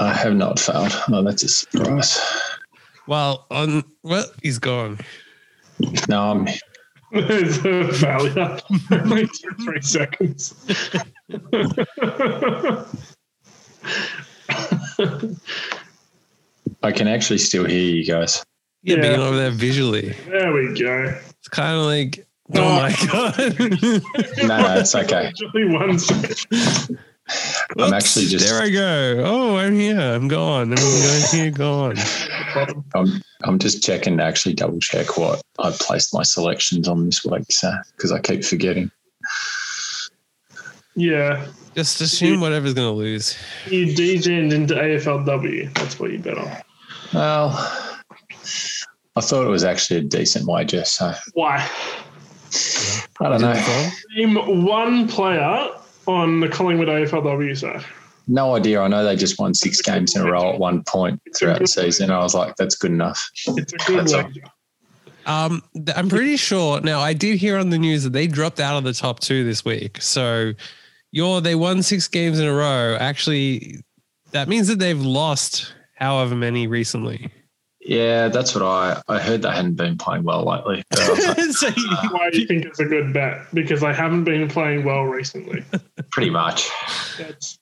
I have not found. Oh, that's a surprise. Well, on well, he's gone. No, I'm it's a failure. Only took three seconds. I can actually still hear you guys. Yeah, Yeah. being over there visually. there we go. It's kind of like, oh my god. No, no, it's okay. Only one second. I'm actually Oops, just- there. I go. Oh, I'm here. I'm gone. I'm going here. Gone. I'm I'm just checking to actually double check what I placed my selections on this week, so because I keep forgetting. Yeah. Just assume whatever's gonna lose. You DJ'd into AFLW. That's what you bet on. Well, I thought it was actually a decent wager, so Why? I don't know. Name one player on the Collingwood AFLW side. No idea. I know they just won six games in a row at one point throughout the season. I was like, that's good enough. It's a good That's all. wager. Um, th- I'm pretty sure. Now, I did hear on the news that they dropped out of the top two this week. So, you're they won six games in a row. Actually, that means that they've lost however many recently. Yeah, that's what I I heard they hadn't been playing well lately. but I was like, so, you- Why do you think it's a good bet? Because they haven't been playing well recently. pretty much. That's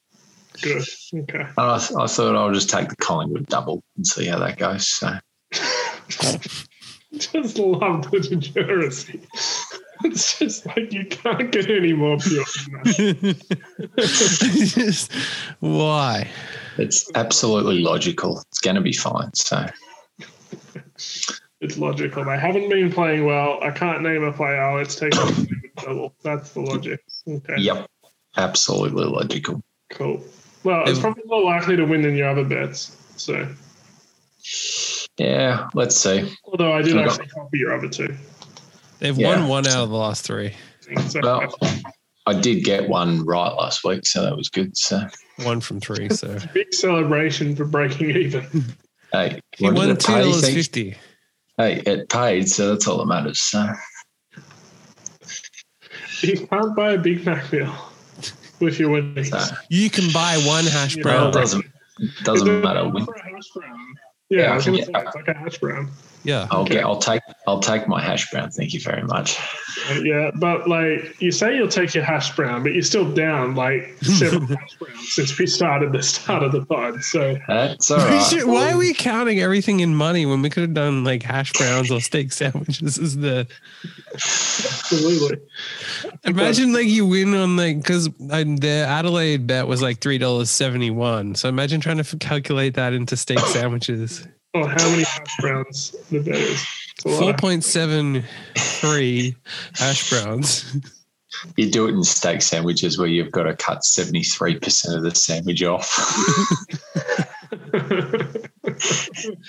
good. Okay. And I, I thought I'll just take the Collingwood double and see how that goes. So Just love the degeneracy. It's just like you can't get any more pure than that. Just- why? it's absolutely logical. It's going to be fine. So It's logical. They haven't been playing well. I can't name a player. Let's take the double. That's the logic. Okay. yep, absolutely logical. Cool. Well, it's It- probably more likely to win than your other bets. So, Yeah, let's see. although I did Forgot. actually copy your other two. They've Yeah. won one out of the last three. things. So Well, I did get one right last week, so that was good. So One from three. So big celebration for breaking even. hey, he what did won it two pay? dollars Thanks- fifty. Hey, it paid, so that's all that matters. So You can't buy a Big Mac meal with your winnings. No. You can buy one hash Yeah. well, brown. it doesn't Is it doesn't matter. enough Win- for a hash brown? Yeah, Yeah, I was gonna yeah. say, it's like a hash brown. Yeah. I'll Okay. get. I'll take. I'll take my hash brown. Thank you very much. Yeah, but like you say, you'll take your hash brown, but you're still down like seven hash browns since we started the start of the pod. So That's all We right. should, why are we counting everything in money when we could have done like hash browns or steak sandwiches? Is the absolutely, imagine like you win on like because the Adelaide bet was like three dollars seventy one. So imagine trying to f- calculate that into steak sandwiches. well, Oh, how many hash browns the bet is? It's a lot Four of- point seven three hash browns. You do it in steak sandwiches where you've got to cut seventy three percent of the sandwich off.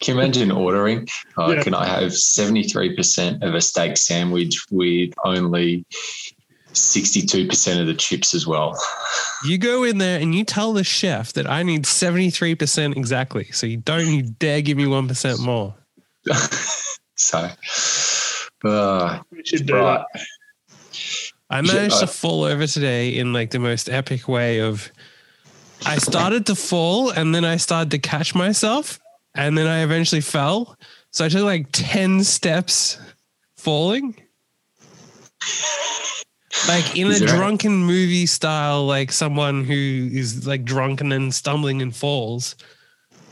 Can you imagine ordering? Uh, Yeah. Can I have seventy three percent of a steak sandwich with only sixty two percent of the chips as well? You go in there and you tell the chef that I need seventy three percent exactly. So you don't you dare give me one percent more. So, uh, we should do right. I Yeah, managed I- to fall over today in like the most epic way of I started to fall and then I started to catch myself and then I eventually fell. So I took like 10 steps falling. Like in Is a there a- drunken movie style, like someone who is like drunk and then stumbling and falls.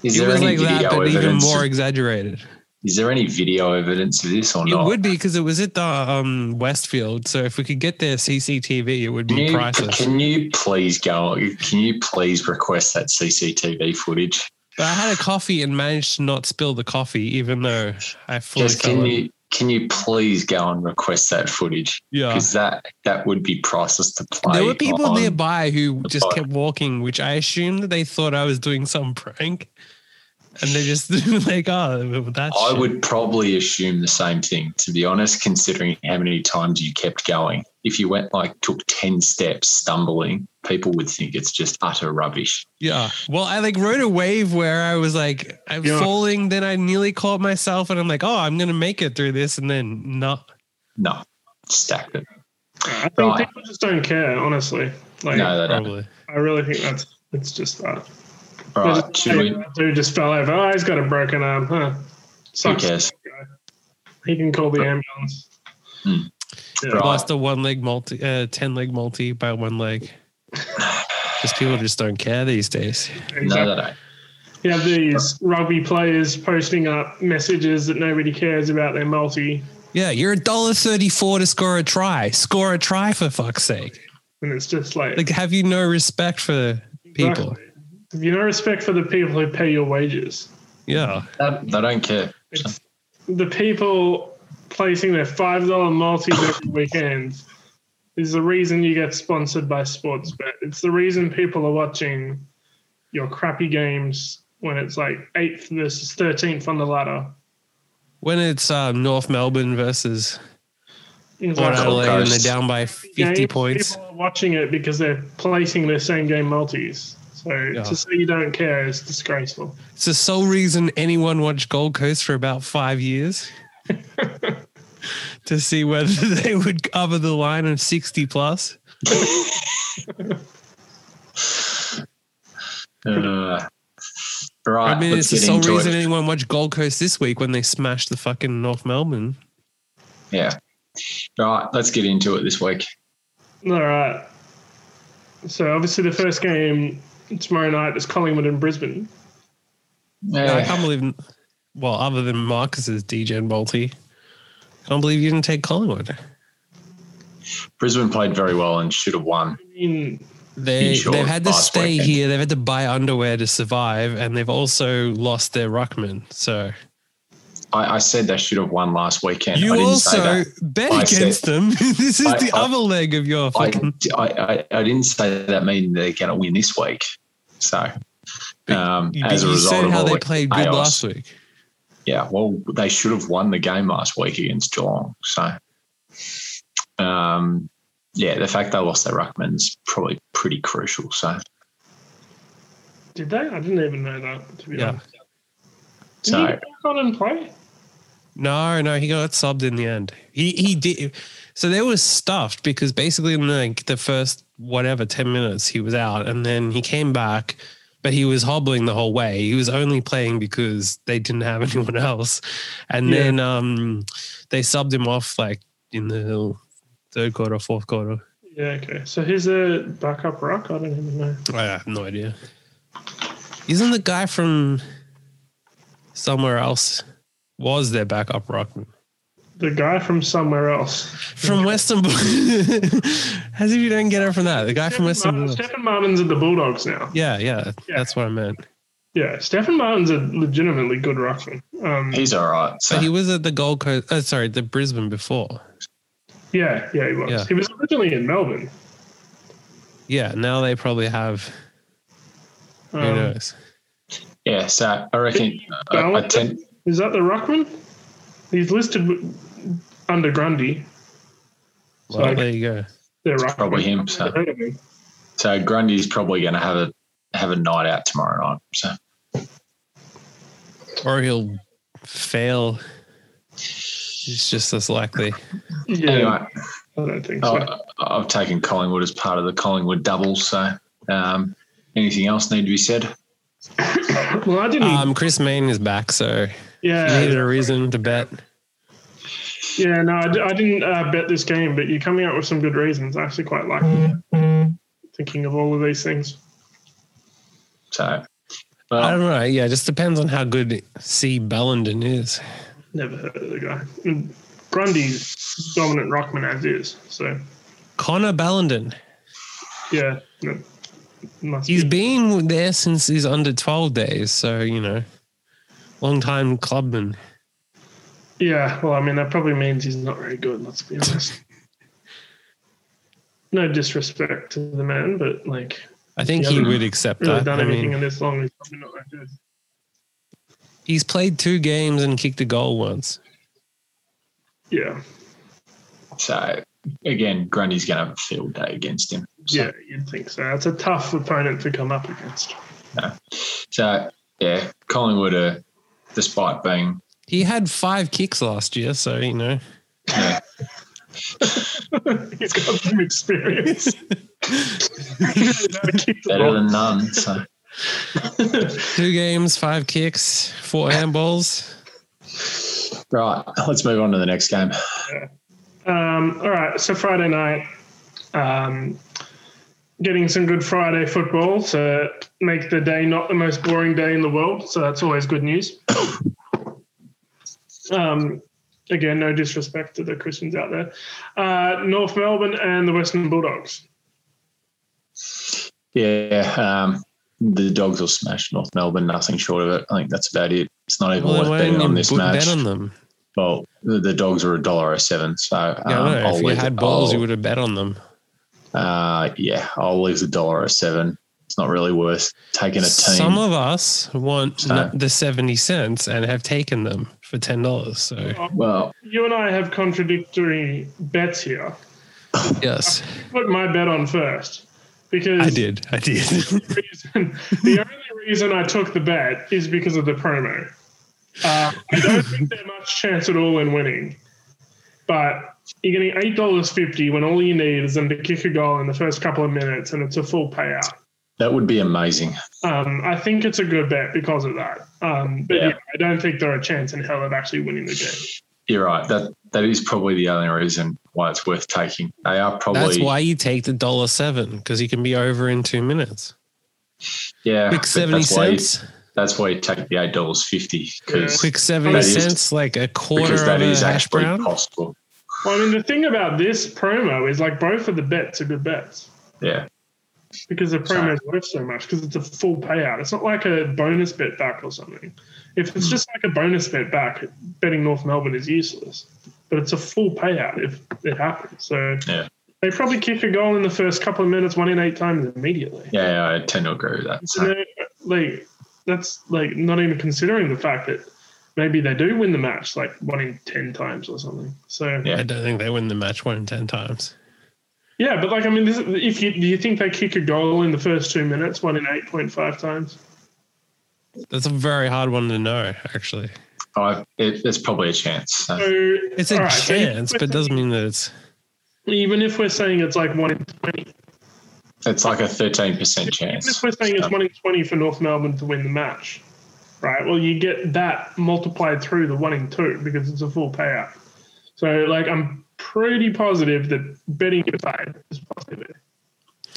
is it there was any like that, video but even evidence? more exaggerated. Is there any video evidence of this or It not? would be because it was at the um, Westfield. So if we could get their CCTV, it would Can be you, priceless. can you please go? Can you please request that CCTV footage? But I had a coffee and managed to not spill the coffee, even though I fully Just can fell. in. you can you please go and request that footage? Yeah. Because that that would be priceless to play. There were people on. nearby who the just pod. kept walking, which I assumed that they thought I was doing some prank. And they just like, oh, that's. I would probably assume the same thing, to be honest, considering how many times you kept going. If you went like took ten steps stumbling, people would think it's just utter rubbish. Yeah. Well, I like rode a wave where I was like, I'm Yeah. falling. Then I nearly caught myself and I'm like, oh, I'm going to make it through this. And then not. No, stacked it. I think Right. people just don't care, honestly. Like, No, they don't. Probably. I really think that's It's just that. oh. All right, should we? Dude just fell over. Oh, he's got a broken arm. Huh. Who Sucks. cares? He can call the ambulance. Hmm. Yeah. Right. Lost a one leg multi, uh, 10 leg multi by one leg. Just people just don't care these days. No, Exactly. no, no. You have these rugby players posting up messages that nobody cares about their multi, Yeah, you're a dollar thirty-four to score a try. Score a try for fuck's sake. and it's just like, Like, have you no respect for people? Exactly. Have you no respect for the people who pay your wages? Yeah. They- They don't care. It's the people placing their five dollar multis every weekend is the reason you get sponsored by Sportsbet. It's the reason people are watching your crappy games when it's like eighth versus thirteenth on the ladder. When it's um, North Melbourne versus It's Port Wow. like Adelaide and they're Coast. down by games, fifty points. People are watching it because they're placing their same game multis. So Yeah. to say you don't care is disgraceful. It's the sole reason anyone watched Gold Coast for about five years to see whether they would cover the line of sixty plus. Uh, right. I mean, let's it's the get sole into reason it. anyone watched Gold Coast this week when they smashed the fucking North Melbourne. Yeah. Right. Let's get into it this week. All right. So obviously the first game tomorrow night is Collingwood and Brisbane. Yeah, I Yeah. can't believe. Well, other than Marcus's DGen multi, can't believe you didn't take Collingwood. Brisbane played very well and should have won. I mean, They Sure, they've had to last stay weekend. here. They've had to buy underwear to survive, and they've also lost their ruckman. So I, I said they should have won last weekend. you I didn't say also that. bet I against them. this is I- the I- other leg of your I, fucking. I, I, I didn't say that mean they're going to win this week. So, um, you as a you result said of how all they the played good chaos. last week. Yeah, well, they should have won the game last week against Geelong. So, um, yeah, the fact they lost their ruckman's probably pretty crucial. So, did they? I didn't even know that. To be Yeah. honest, did so he go back on and play? No, no, he got subbed in the end. He he did. So they were stuffed because basically in like the first whatever ten minutes he was out, and then he came back, but he was hobbling the whole way. He was only playing because they didn't have anyone else, and Yeah. then um they subbed him off like in the third quarter, fourth quarter. Yeah. Okay. So here's a backup rock. I don't even know. I have no idea. Isn't the guy from somewhere else was their backup rockman? The guy from somewhere else. from Western Bulldogs. As if you didn't get it from that. The guy from Western Martin, Bulldogs. Stephen Martin's at the Bulldogs now. Yeah, yeah, Yeah. that's what I meant. Yeah, Stephen Martin's a legitimately good ruckman. Um, he's all right. So, Mm. But he was at the Gold Coast. Oh, sorry, the Brisbane before. yeah, yeah, he was. Yeah. He was originally in Melbourne. Yeah, now they probably have. Who Um, knows? yeah, so I reckon I, I Ballard? tend, Is that the Ruckman? He's listed w- under Grundy. Well, like- there you go. They're Ruckman. probably him. So, so Grundy's probably going to have a have a night out tomorrow night. So, Or he'll fail. It's just as likely. Yeah, anyway, I don't think so. I, I've taken Collingwood as part of the Collingwood double. So, um, anything else need to be said? well, I didn't. Um, Chris Main is back, so you needed yeah, a reason to bet. yeah, no, I, d- I didn't uh, bet this game, but you're coming up with some good reasons. I actually quite like thinking of all of these things. So, I well, don't know. Yeah, it just depends on how good C. Bellenden is. Never heard of the guy. And Grundy's dominant Ruckman as is. So, Connor Bellenden. yeah. No, must He's be. been there since he's under 12 days. So, you know, long time clubman. Yeah, well, I mean, that probably means he's not very good, let's be honest. no disrespect to the man, but like, I think Yeah, he but would accept really that. done I anything mean, in this long, he's probably not that good. he's played two games and kicked a goal once. Yeah, so again, Grundy's going to have a field day against him. So, yeah, you'd think so. That's a tough opponent to come up against. So yeah, Collingwood are, despite being He had five kicks last year. So, you know, yeah, He's got some experience. Better than none. So Two games, five kicks, four handballs. right, let's move on to the next game. Um, all right, so Friday night, um, getting some good Friday football to make the day not the most boring day in the world. So that's always good news. um, again, no disrespect to the Christians out there. Uh, North Melbourne and the Western Bulldogs. Yeah, um, the dogs will smash North Melbourne. Nothing short of it. I think that's about it. It's not even Well, worth why betting didn't on you this put match. bet on them. Well, the, the dogs are a dollar seven. So um, oh, Yeah, I know. I'll If you leave had it- balls, I'll- you would have bet on them. Uh, yeah, I'll leave the dollar seven. It's not really worth taking a team. Some of us want So- n- the 70 cents and have taken them for $10. So, well, You and I have contradictory bets here. Oh. yes, Put my bet on first because I did. I did. reason, the only reason I took the bet is because of the promo. Uh, I don't think there's much chance at all in winning, but you're getting eight dollars fifty when all you need is them to kick a goal in the first couple of minutes, and it's a full payout. that would be amazing. Um, I think it's a good bet because of that. Um, but Yeah. yeah. I don't think there are a chance in hell of actually winning the game. You're right. That that is probably the only reason why it's worth taking. They are probably That's why you take the dollar seven because you can be over in two minutes. yeah. Quick but 70 that's why you- cents. That's why you take the eight dollars fifty because Quick 70 That is- cents, like a quarter because of that a is hash actually brown. possible. Well, I mean, the thing about this promo is like both of the bets are good bets. Yeah, because the Sorry. promo's worth so much because it's a full payout. It's not like a bonus bet back or something. If Hmm. it's just like a bonus bet back, betting North Melbourne is useless. But it's a full payout if it happens. So Yeah. they probably kick a goal in the first couple of minutes, one in eight times immediately. yeah, I tend to agree with that. So So, they- like that's like not even considering the fact that maybe they do win the match like one in ten times or something. So Yeah. I don't think they win the match one in 10 times. yeah, but like I mean, this, is- if you do you think they kick a goal in the first two minutes, one in eight point five times? That's a very hard one to know, actually. I, it, there's probably a chance. So, So It's a all right, so even chance, if but we're doesn't mean that it's. saying- even if we're saying it's like one in twenty, it's like a thirteen percent even chance. Um, if we're saying it's So, one in twenty for North Melbourne to win the match, right? Well, you get that multiplied through the one in two because it's a full payout. So, like, I'm pretty positive that betting your side is possible.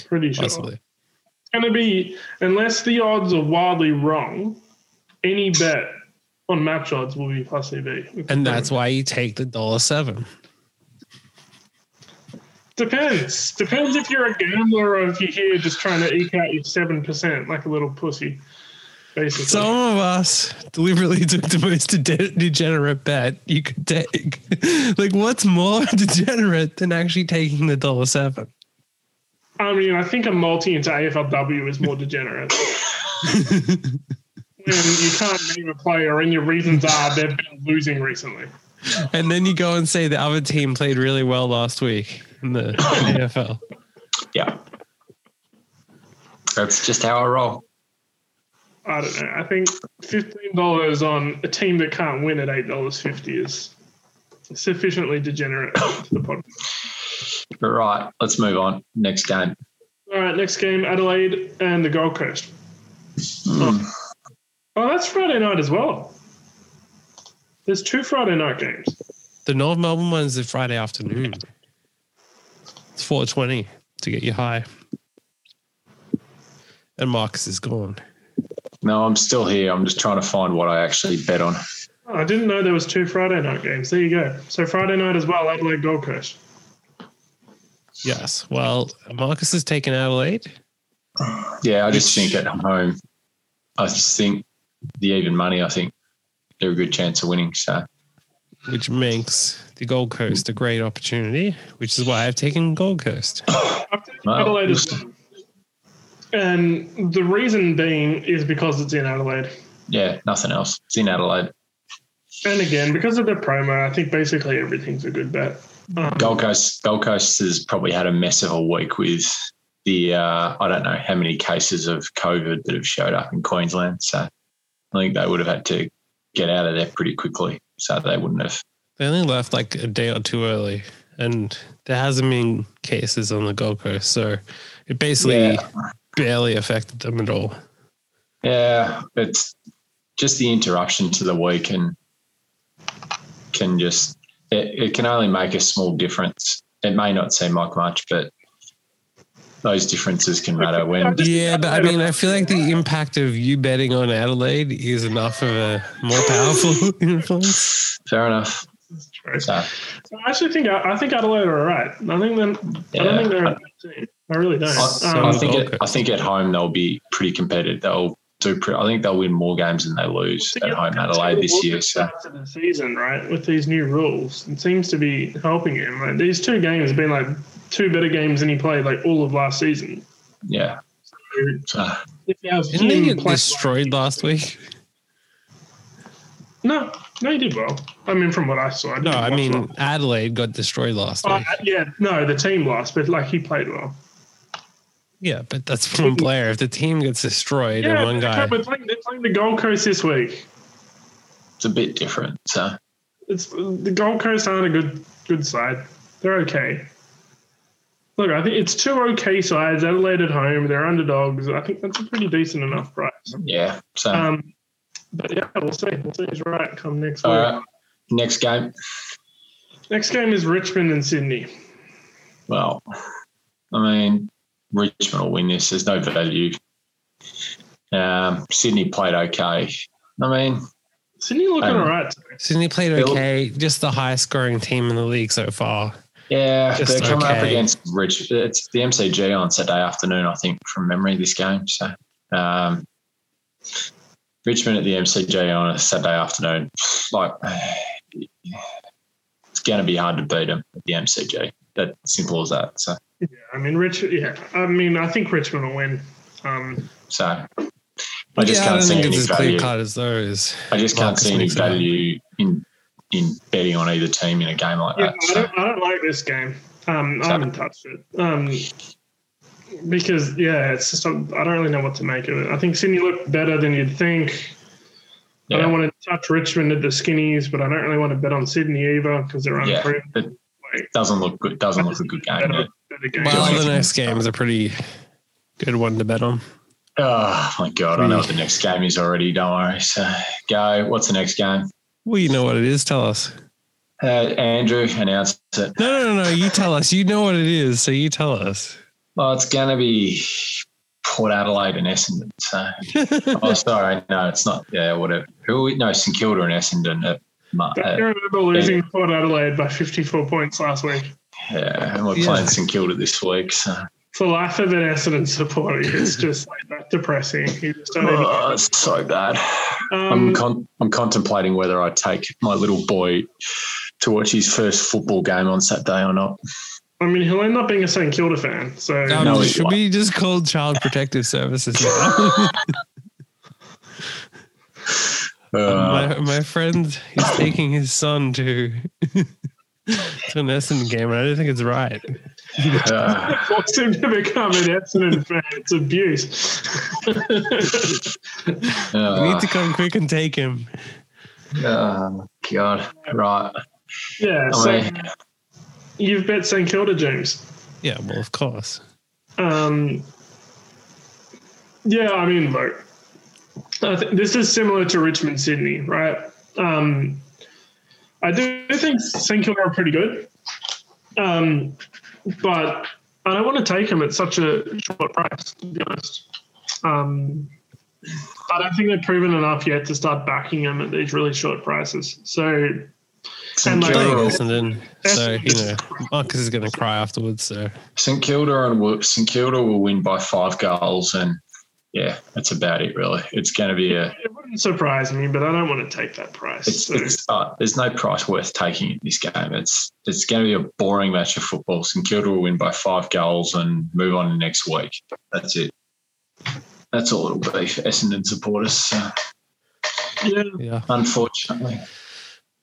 Pretty sure Possibly. it's going to be unless the odds are wildly wrong. Any bet on match odds will be plus EV, And that's why you take the dollar seven. Depends. Depends if you're a gambler or if you're here just trying to eke out your seven percent like a little pussy. Basically. Some of us deliberately took the most de- degenerate bet you could take. like, what's more degenerate than actually taking the dollar seven? I mean, I think a multi into AFLW is more degenerate. when you can't name a player and your reasons are they've been losing recently. And then you go and say the other team played really well last week in the AFL. yeah, that's just how I roll. I don't know. I think fifteen dollars on a team that can't win at eight dollars fifty is sufficiently degenerate to the podcast. All right, let's move on. Next game. All right, next game, Adelaide and the Gold Coast. Mm. Oh. Oh, that's Friday night as well. There's two Friday night games. The North Melbourne one's the Friday afternoon. It's four twenty to get you high. And Marcus is gone. No, I'm still here. I'm just trying to find what I actually bet on. Oh, I didn't know there was two Friday night games. There you go. So Friday night as well, Adelaide Gold Coast. Yes. Well, Marcus has taken Adelaide. Yeah, I just think at home, I just think the even money. I think they're a good chance of winning. So which makes the Gold Coast a great opportunity, which is why I've taken Gold Coast. I've taken Wow. Adelaide as well. And the reason being is because it's in Adelaide. yeah, nothing else. It's in Adelaide. And again, because of the promo, I think basically everything's a good bet. Um, Gold Coast. Gold Coast has probably had a mess of a week with the uh, I don't know how many cases of COVID that have showed up in Queensland. So I think they would have had to get out of there pretty quickly. So they wouldn't have. They only left like a day or two early. and there hasn't been cases on the Gold Coast, so it basically Yeah. barely affected them at all. Yeah, it's just the interruption to the week and can just it, it can only make a small difference. It may not seem like much, but those differences can matter when Yeah, but I mean, I feel like the impact of you betting on Adelaide is enough of a more powerful influence. fair enough. That's true. So So I actually think I, I think Adelaide are all right. I think then I don't Yeah. think they're a bad team. I really don't. I, So- I um, think okay. at, I think at home they'll be pretty competitive. They'll do. Pre- I think they'll win more games than they lose I think at home in it's Adelaide good this work year. at So the start of the season, right, with these new rules, it seems to be helping him. Like these two games have been like two better games than he played like all of last season. yeah, so, If you have Didn't they Hmm, him get play- destroyed last week? No, no, he did well. I mean, from what I saw, I No, didn't I watch mean it. Adelaide got destroyed last Oh, week. yeah, no, the team lost, but like he played well. Yeah, but that's from one player. If the team gets destroyed and one they're- guy, They're playing, they're playing the Gold Coast this week. it's a bit different. So It's the Gold Coast aren't a good good side. They're okay. Look, I think it's two okay sides. Adelaide at home, they're underdogs. I think that's a pretty decent enough price. yeah, so Um, but yeah, we'll see. We'll see who's right come next week. all right. Next game. Next game is Richmond and Sydney. Well, I mean, Richmond will win this. There's no value. Um, Sydney played okay. I mean, Sydney looking Um, all right. Sydney played Bill- okay. Just the highest scoring team in the league so far. yeah, Just they're coming up okay. against Rich. It's the MCG on Saturday afternoon, I think, from memory. This game, so um, Richmond at the MCG on a Saturday afternoon, like it's going to be hard to beat them at the MCG. That simple as that. So, I mean, Rich. Yeah, I mean, I think Richmond will win. Um, so I just can't see any it's as value. clear cut as those. I just can't Marcus see any Nixon. value in in betting on either team in a game like yeah, that. I So, don't, I don't like this game. Um, I So- haven't touched it. Um, because yeah, it's just I I don't really know what to make of it. I think Sydney looked better than you'd think. I yeah, don't want to touch Richmond at the skinnies, but I don't really want to bet on Sydney either because they're Yeah. unproven. It Like, doesn't look good. I Doesn't look just a good think game. better- yeah. better games. Well, it's- the next game is a pretty good one to bet on. Oh my god! I know what the next game is already. Don't worry. So go. What's the next game? Well, you know what it is. Tell us. Uh, Andrew announced it. No, no, no, no. You tell us. You know what it is, so you tell us. Well, it's going to be Port Adelaide and Essendon. So, oh, sorry, no, it's not. Yeah, whatever. Who? Are we? No, St Kilda and Essendon. At, uh, Ma- Don't at, you remember losing to Port Adelaide by 54 points last week? yeah, and we're Yeah. playing St Kilda this week. So, For life of an Essendon supporter, it's just like that depressing. You just don't even- oh, it's so bad. I'm um, con- I'm contemplating whether I take my little boy to watch his first football game on Saturday or not. I mean, he'll end up being a St Kilda fan. So Um, No, it- should we just call Child Protective Services now? Uh, my, my friend is taking his son to, to an Essendon game, and I don't think it's right. uh, forced him to become an Essendon fan. It's abuse. We need uh, to come quick and take him. oh, God, right. yeah. So I mean, you've bet St Kilda, James. Yeah, well, of course. Um, yeah, I mean, look, I th- this is similar to Richmond Sydney, right? Um, I do think St Kilda are pretty good, um, but I don't want to take them at such a short price, to be honest. Um, I don't think they've proven enough yet to start backing them at these really short prices. So St like- Playing Kilda, Essendon, so you know Marcus is going to cry afterwards. So St Kilda and Wo- St Kilda will win by five goals, and yeah, that's about it. Really, it's going to be a. it wouldn't surprise me, but I don't want to take that price. It's, so. it's uh, there's no price worth taking in this game. It's it's going to be a boring match of football. St Kilda will win by five goals and move on to next week. That's it. That's all it'll be for Essendon supporters. So. yeah, yeah. Unfortunately.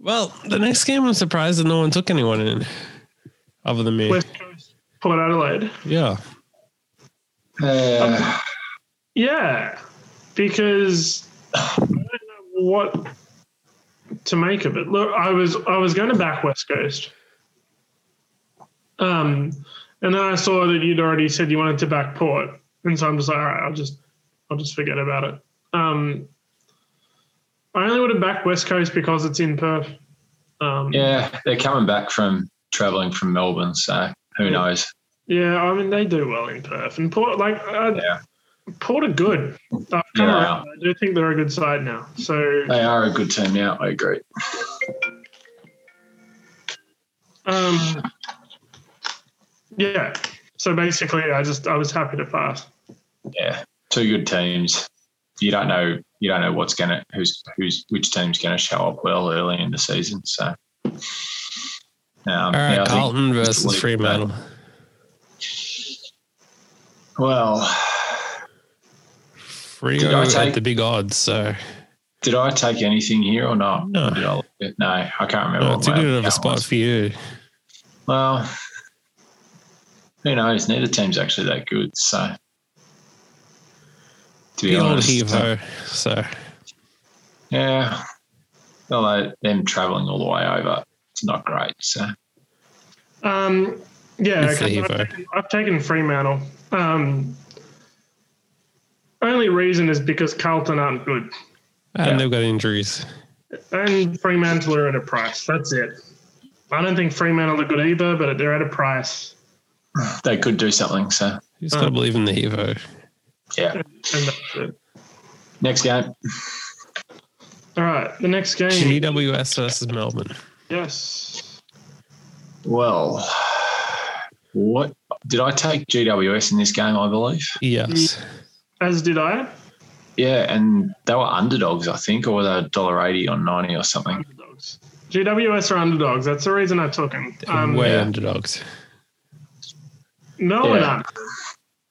Well, the next game, I'm surprised that no one took anyone in, other than me. West Coast, Port Adelaide. yeah, Uh, Yeah, because I don't know what to make of it. Look, I was I was going to back West Coast, Um, and then I saw that you'd already said you wanted to back port, and so I'm just like, all right, I'll just, I'll just forget about it. Um, I only would have backed West Coast because it's in Perth. Um, Yeah, they're coming back from traveling from Melbourne, so who Yeah. knows? yeah, I mean they do well in Perth, and Port like uh, Yeah. Port are good. I've come Yeah. around. I do think they're a good side now. So They are a good team now. I agree. Um, yeah. So basically, I just I was happy to pass. Yeah, two good teams. You don't know. You don't know what's gonna who's who's which team's gonna show up well early in the season. So, um, All yeah, I right, think- Carlton versus League, Fremantle. well, Did Frio I at take- the big odds, so did I take anything here or not? No. Did I, no, I can't remember. no, what it's a my uh, good of a account spot was. for you. Well, who knows? Neither team's actually that good. So, to be The old honest, Hevo. So yeah. Although them travelling all the way over, it's not great. So, Um, yeah, It's okay. the Evo. I've, taken, I've taken Fremantle. Um, only reason is because Carlton aren't good, and Yeah. they've got injuries. and Fremantle are at a price. That's it. I don't think Fremantle are good either, but they're at a price, they could do something. So, You just gotta Mm. Um, believe in the Hevo. yeah. and that's it. Next game. All right, the next game. GWS versus Melbourne. Yes. Well, what did I take GWS in this game? I believe. Yes. As did I. Yeah, and they were underdogs, I think, or were they dollar eighty or ninety or something? Underdogs. GWS are underdogs. That's the reason I took them. Um, Way yeah. underdogs. no one Yeah. are.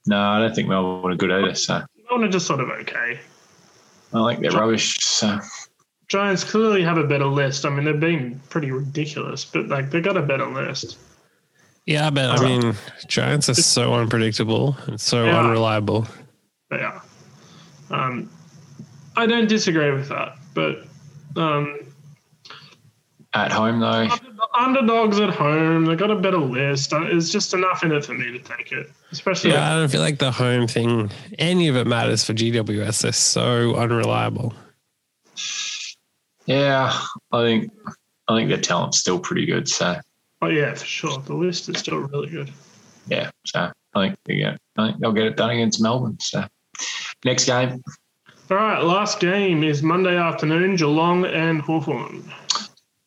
No, I don't think Melbourne are good either. So Melbourne are just sort of okay. I think they're rubbish. So Giants clearly have a better list. I mean, they've been pretty ridiculous, but like they got a better list. Yeah, but Uh, I mean Giants are so unpredictable and so Yeah. unreliable. They are. Um, I don't disagree with that, but um, at home though, the underdogs at home, they got a better list. Uh, It's just enough in it for me to take it, especially. Yeah, I don't feel like the home thing any of it matters for GWS. They're so unreliable. yeah, I think I think their talent's still pretty good. So Oh yeah, for sure. The list is still really good. yeah, so I think they get, I think they'll get it done against Melbourne. So next game. All right, last game is Monday afternoon, Geelong and Hawthorn.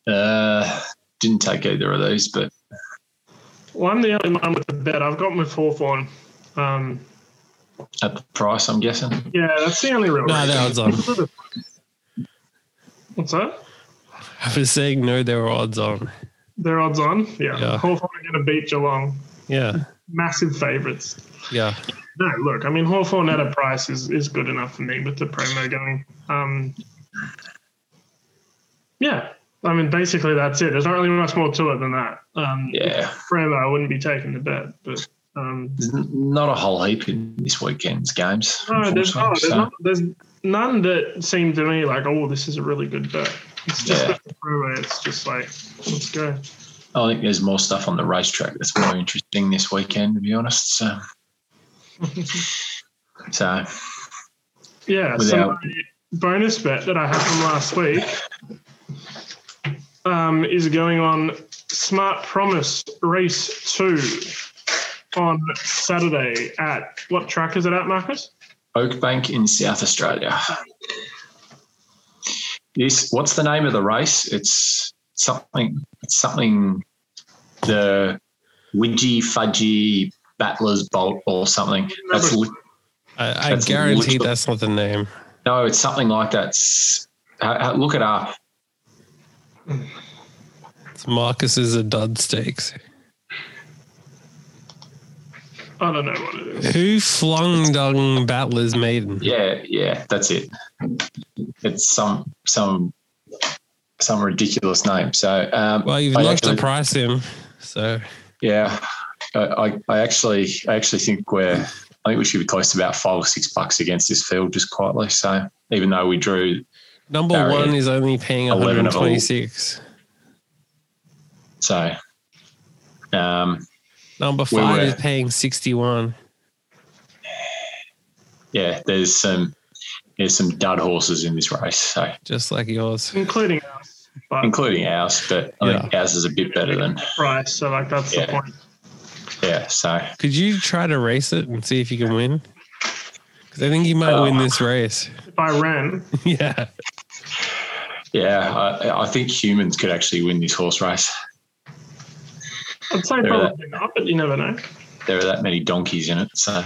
Uh, didn't take either of these, but Well, I'm the only one with a bet. I've got with Hawthorn. Um, at the price, I'm guessing. yeah, that's the only real. No, reason. the odds on. What's that? I was saying no, there were odds on. Their odds on? Yeah. Yeah. Hawthorn are going to beat Geelong. Yeah. Massive favourites. Yeah. No, look, I mean, Hawthorn at a price is, is good enough for me with the promo going. Um, yeah. I mean, basically, that's it. There's not really much more to it than that. Um, Yeah, Forever, I wouldn't be taking the bet, but. Um, there's n- not a whole heap in this weekend's games. no, there's unfortunately, not, there's, so- not, there's none that seem to me like, oh, this is a really good bet. It's just Yeah. with the promo, it's just like, let's go. I think there's more stuff on the racetrack that's more interesting this weekend, to be honest. So, so Yeah, without- so my bonus bet that I had from last week um, is going on Smart Promise Race 2 on Saturday at what track is it at, Marcus? Oakbank in South Australia. This, what's the name of the race? It's something. It's something. The Widgy Fudgy Battlers Bolt or something. That's li- I, I That's guarantee literal- that's not the name. no, it's something like that. It's- ha- ha- Look it up. It's Marcus's a dud stakes. I don't know what it is. Who flung dung Battler's maiden? Yeah, yeah, that's it. It's some some some ridiculous name. So um, Well, you've I looked actually- to price him, so Yeah, I, I, I actually I actually think we're I think we should be close to about five or six bucks against this field just quietly. So even though we drew, number Barry, one is only paying 11 of all. 126. so um, Number We five were- is paying 61. Yeah, there's some there's some dud horses in this race, so just like yours. including us, but including ours, but I think ours is a bit better than price. So like that's Yeah. the point. yeah. So Could you try to race it and see if you can win? Because I think you might win this race. If I ran, yeah. yeah, I, I think humans could actually win this horse race. I'd say There we probably not, but you never know. There are that many donkeys in it, so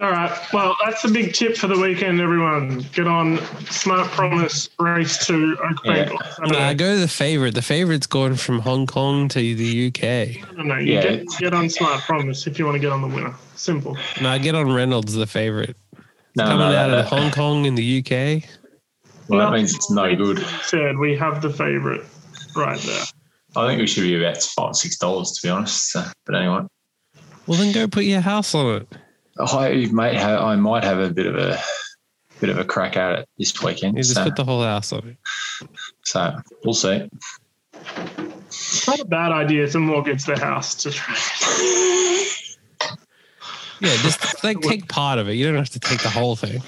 All right. Well, that's a big tip for the weekend, everyone. Get on Smart Promise Race to Oakbank. Yeah. on Sunday. Nah, go to the favorite. The favorite's gone from Hong Kong to the UK. No, no, you Yeah. get, get on Smart Promise if you want to get on the winner. Simple. No, I get on Reynolds, the favorite. no, Coming no, out that, of Hong Kong in the UK. well, that No. means it's no good. Said we have the favorite right there. I think we should be about five six dollars to be honest. So, but anyway, Well, then go put your house on it. I might have I might have a bit of a bit of a crack at it this You weekend. just So, put the whole house on it. so we'll see. It's not a bad idea to mortgage the house to try. Yeah, just like take part of it. You don't have to take the whole thing.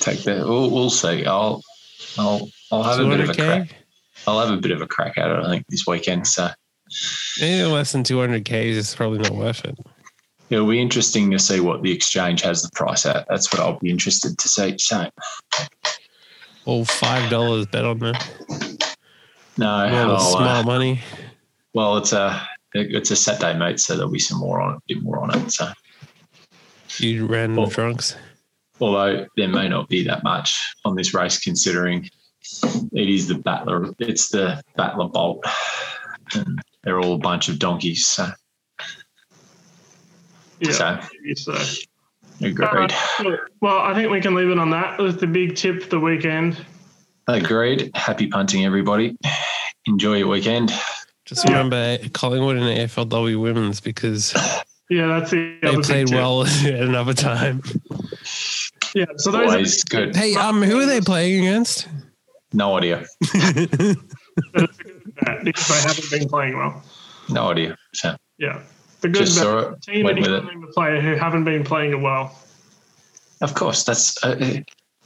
Take the we'll, we'll see. I'll I'll I'll have a bit of a 200k. crack. I'll have a bit of a crack at it. I think this weekend. So Anything less than 200k is just probably not worth it. it'll be interesting to see what the exchange has the price at. That's what I'll be interested to see. So All five dollars bet on that. no, Well, I'll, uh, smart money. well it's a it's a Saturday meet, so there'll be some more on bit more on it. So. You random Oh. drunks. although there may not be that much on this race considering it is the battler it's the battler bolt and they're all a bunch of donkeys so, Yeah. so So. Uh, agreed Well, I think we can leave it on that. It was the big tip for the weekend. agreed happy punting everybody enjoy your weekend Just Yeah. remember Collingwood and the AFLW women's because Yeah, that's the they other big played tip. well at another time. Yeah. So those are always good Hey, um, who are they playing against? no idea bad because they haven't been playing well. no idea so Yeah. The good just bad. saw it team went and with even it member player who haven't been playing it well. of course that's uh,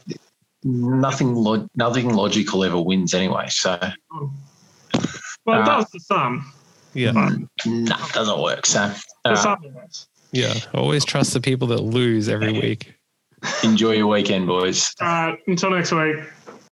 uh, nothing log- nothing logical ever wins anyway so Well, Ah. it does to some. Yeah, mm, nah, doesn't work so To uh, some of us. yeah. Always trust the people that lose every week. enjoy your weekend boys All right. Uh, Until next week.